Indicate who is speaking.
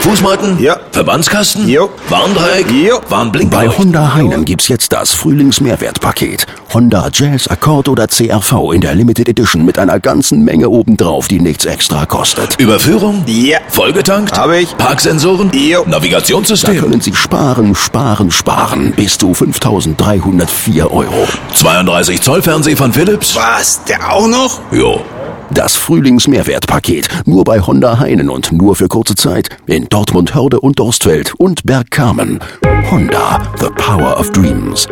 Speaker 1: Fußmatten?
Speaker 2: Ja.
Speaker 1: Verbandskasten?
Speaker 2: Jo.
Speaker 1: Warndreieck?
Speaker 2: Jo.
Speaker 1: Warnblink?
Speaker 3: Bei Honda Heinen gibt's jetzt das Frühlingsmehrwertpaket. Honda Jazz, Accord oder CRV in der Limited Edition mit einer ganzen Menge obendrauf, die nichts extra kostet.
Speaker 1: Überführung?
Speaker 2: Ja.
Speaker 1: Vollgetankt?
Speaker 2: Hab ich.
Speaker 1: Parksensoren?
Speaker 2: Jo.
Speaker 3: Da
Speaker 1: Navigationssystem?
Speaker 3: können Sie sparen, sparen, sparen bis zu 5.304 Euro.
Speaker 1: 32 Zoll Fernseher von Philips?
Speaker 2: Was? Der auch noch?
Speaker 1: Jo.
Speaker 3: Das Frühlingsmehrwertpaket nur bei Honda Heinen und nur für kurze Zeit in Dortmund, Hörde und Dorstfeld und Bergkamen. Honda, the power of dreams.